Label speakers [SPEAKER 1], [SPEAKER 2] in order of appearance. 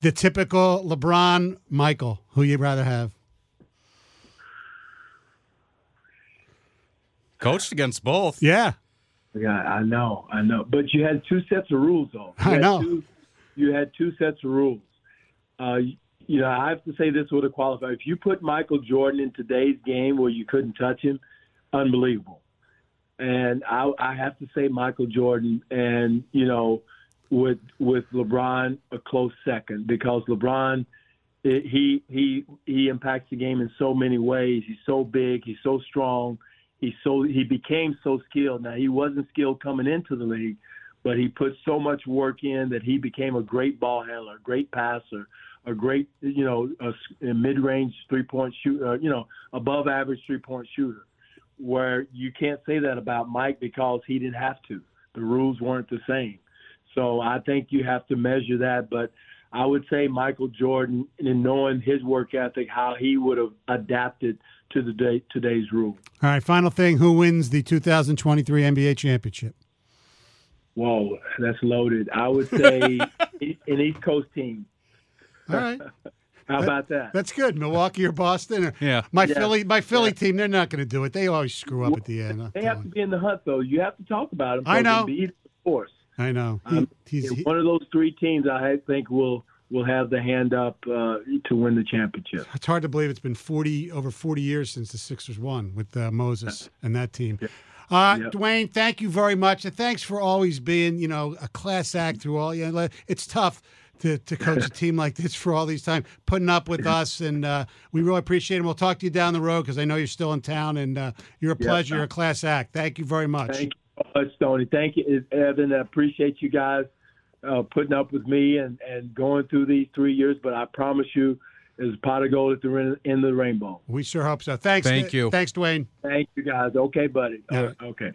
[SPEAKER 1] the typical LeBron Michael. Who you'd rather have?
[SPEAKER 2] Coached against both.
[SPEAKER 1] Yeah.
[SPEAKER 3] Yeah, I know, I know. But you had two sets of rules, though. You
[SPEAKER 1] I
[SPEAKER 3] had
[SPEAKER 1] know.
[SPEAKER 3] Two, you had two sets of rules. Uh, you- you know, I have to say this would have qualified. If you put Michael Jordan in today's game where you couldn't touch him, unbelievable. And I, I have to say Michael Jordan, and you know, with with LeBron a close second because LeBron, it, he he he impacts the game in so many ways. He's so big. He's so strong he so he became so skilled. Now he wasn't skilled coming into the league, but he put so much work in that he became a great ball handler, a great passer, a great you know a, s- a mid-range three-point shooter, uh, you know above average three-point shooter. Where you can't say that about Mike because he didn't have to. The rules weren't the same. So I think you have to measure that. But I would say Michael Jordan, in knowing his work ethic, how he would have adapted to the day, today's rules.
[SPEAKER 1] All right. Final thing. Who wins the 2023 NBA championship?
[SPEAKER 3] Whoa, that's loaded. I would say e- an East Coast team.
[SPEAKER 1] All right.
[SPEAKER 3] How about that?
[SPEAKER 1] That's good. Milwaukee or Boston or
[SPEAKER 2] Yeah.
[SPEAKER 1] my
[SPEAKER 3] Yeah.
[SPEAKER 1] Philly my Philly team. They're not going to do it. They always screw up at the end. I'm
[SPEAKER 3] They have to
[SPEAKER 1] telling
[SPEAKER 3] be in the hunt, though. You have to talk about them.
[SPEAKER 1] I know.
[SPEAKER 3] Embiid, of course.
[SPEAKER 1] you. I know. He-
[SPEAKER 3] I'm-
[SPEAKER 1] he's,
[SPEAKER 3] Yeah,
[SPEAKER 1] he-
[SPEAKER 3] one of those three teams, I think, will will have the hand up uh, to win the championship.
[SPEAKER 1] it's hard to believe it's been 40 over 40 years since the Sixers won with uh, Moses and that team. Uh,
[SPEAKER 3] Yeah.
[SPEAKER 1] Dwayne, thank you very much, and thanks for always being, you know, a class act through all. You know, it's tough to, to coach a team like this for all these time, putting up with us, and uh, we really appreciate it. We'll talk to you down the road because I know you're still in town, and uh, you're a
[SPEAKER 3] Yeah.
[SPEAKER 1] pleasure. You're a class act. Thank you very much.
[SPEAKER 3] Thank you so much, Tony. Thank you, Evan. I appreciate you guys uh, putting up with me and, and going through these three years, but I promise you, there's a pot of gold at the re- end of the rainbow.
[SPEAKER 1] We sure hope so. Thanks.
[SPEAKER 2] Thank you.
[SPEAKER 1] Thanks, Dwayne.
[SPEAKER 3] Thank you, guys. Okay, buddy.
[SPEAKER 1] Yeah.
[SPEAKER 3] Okay.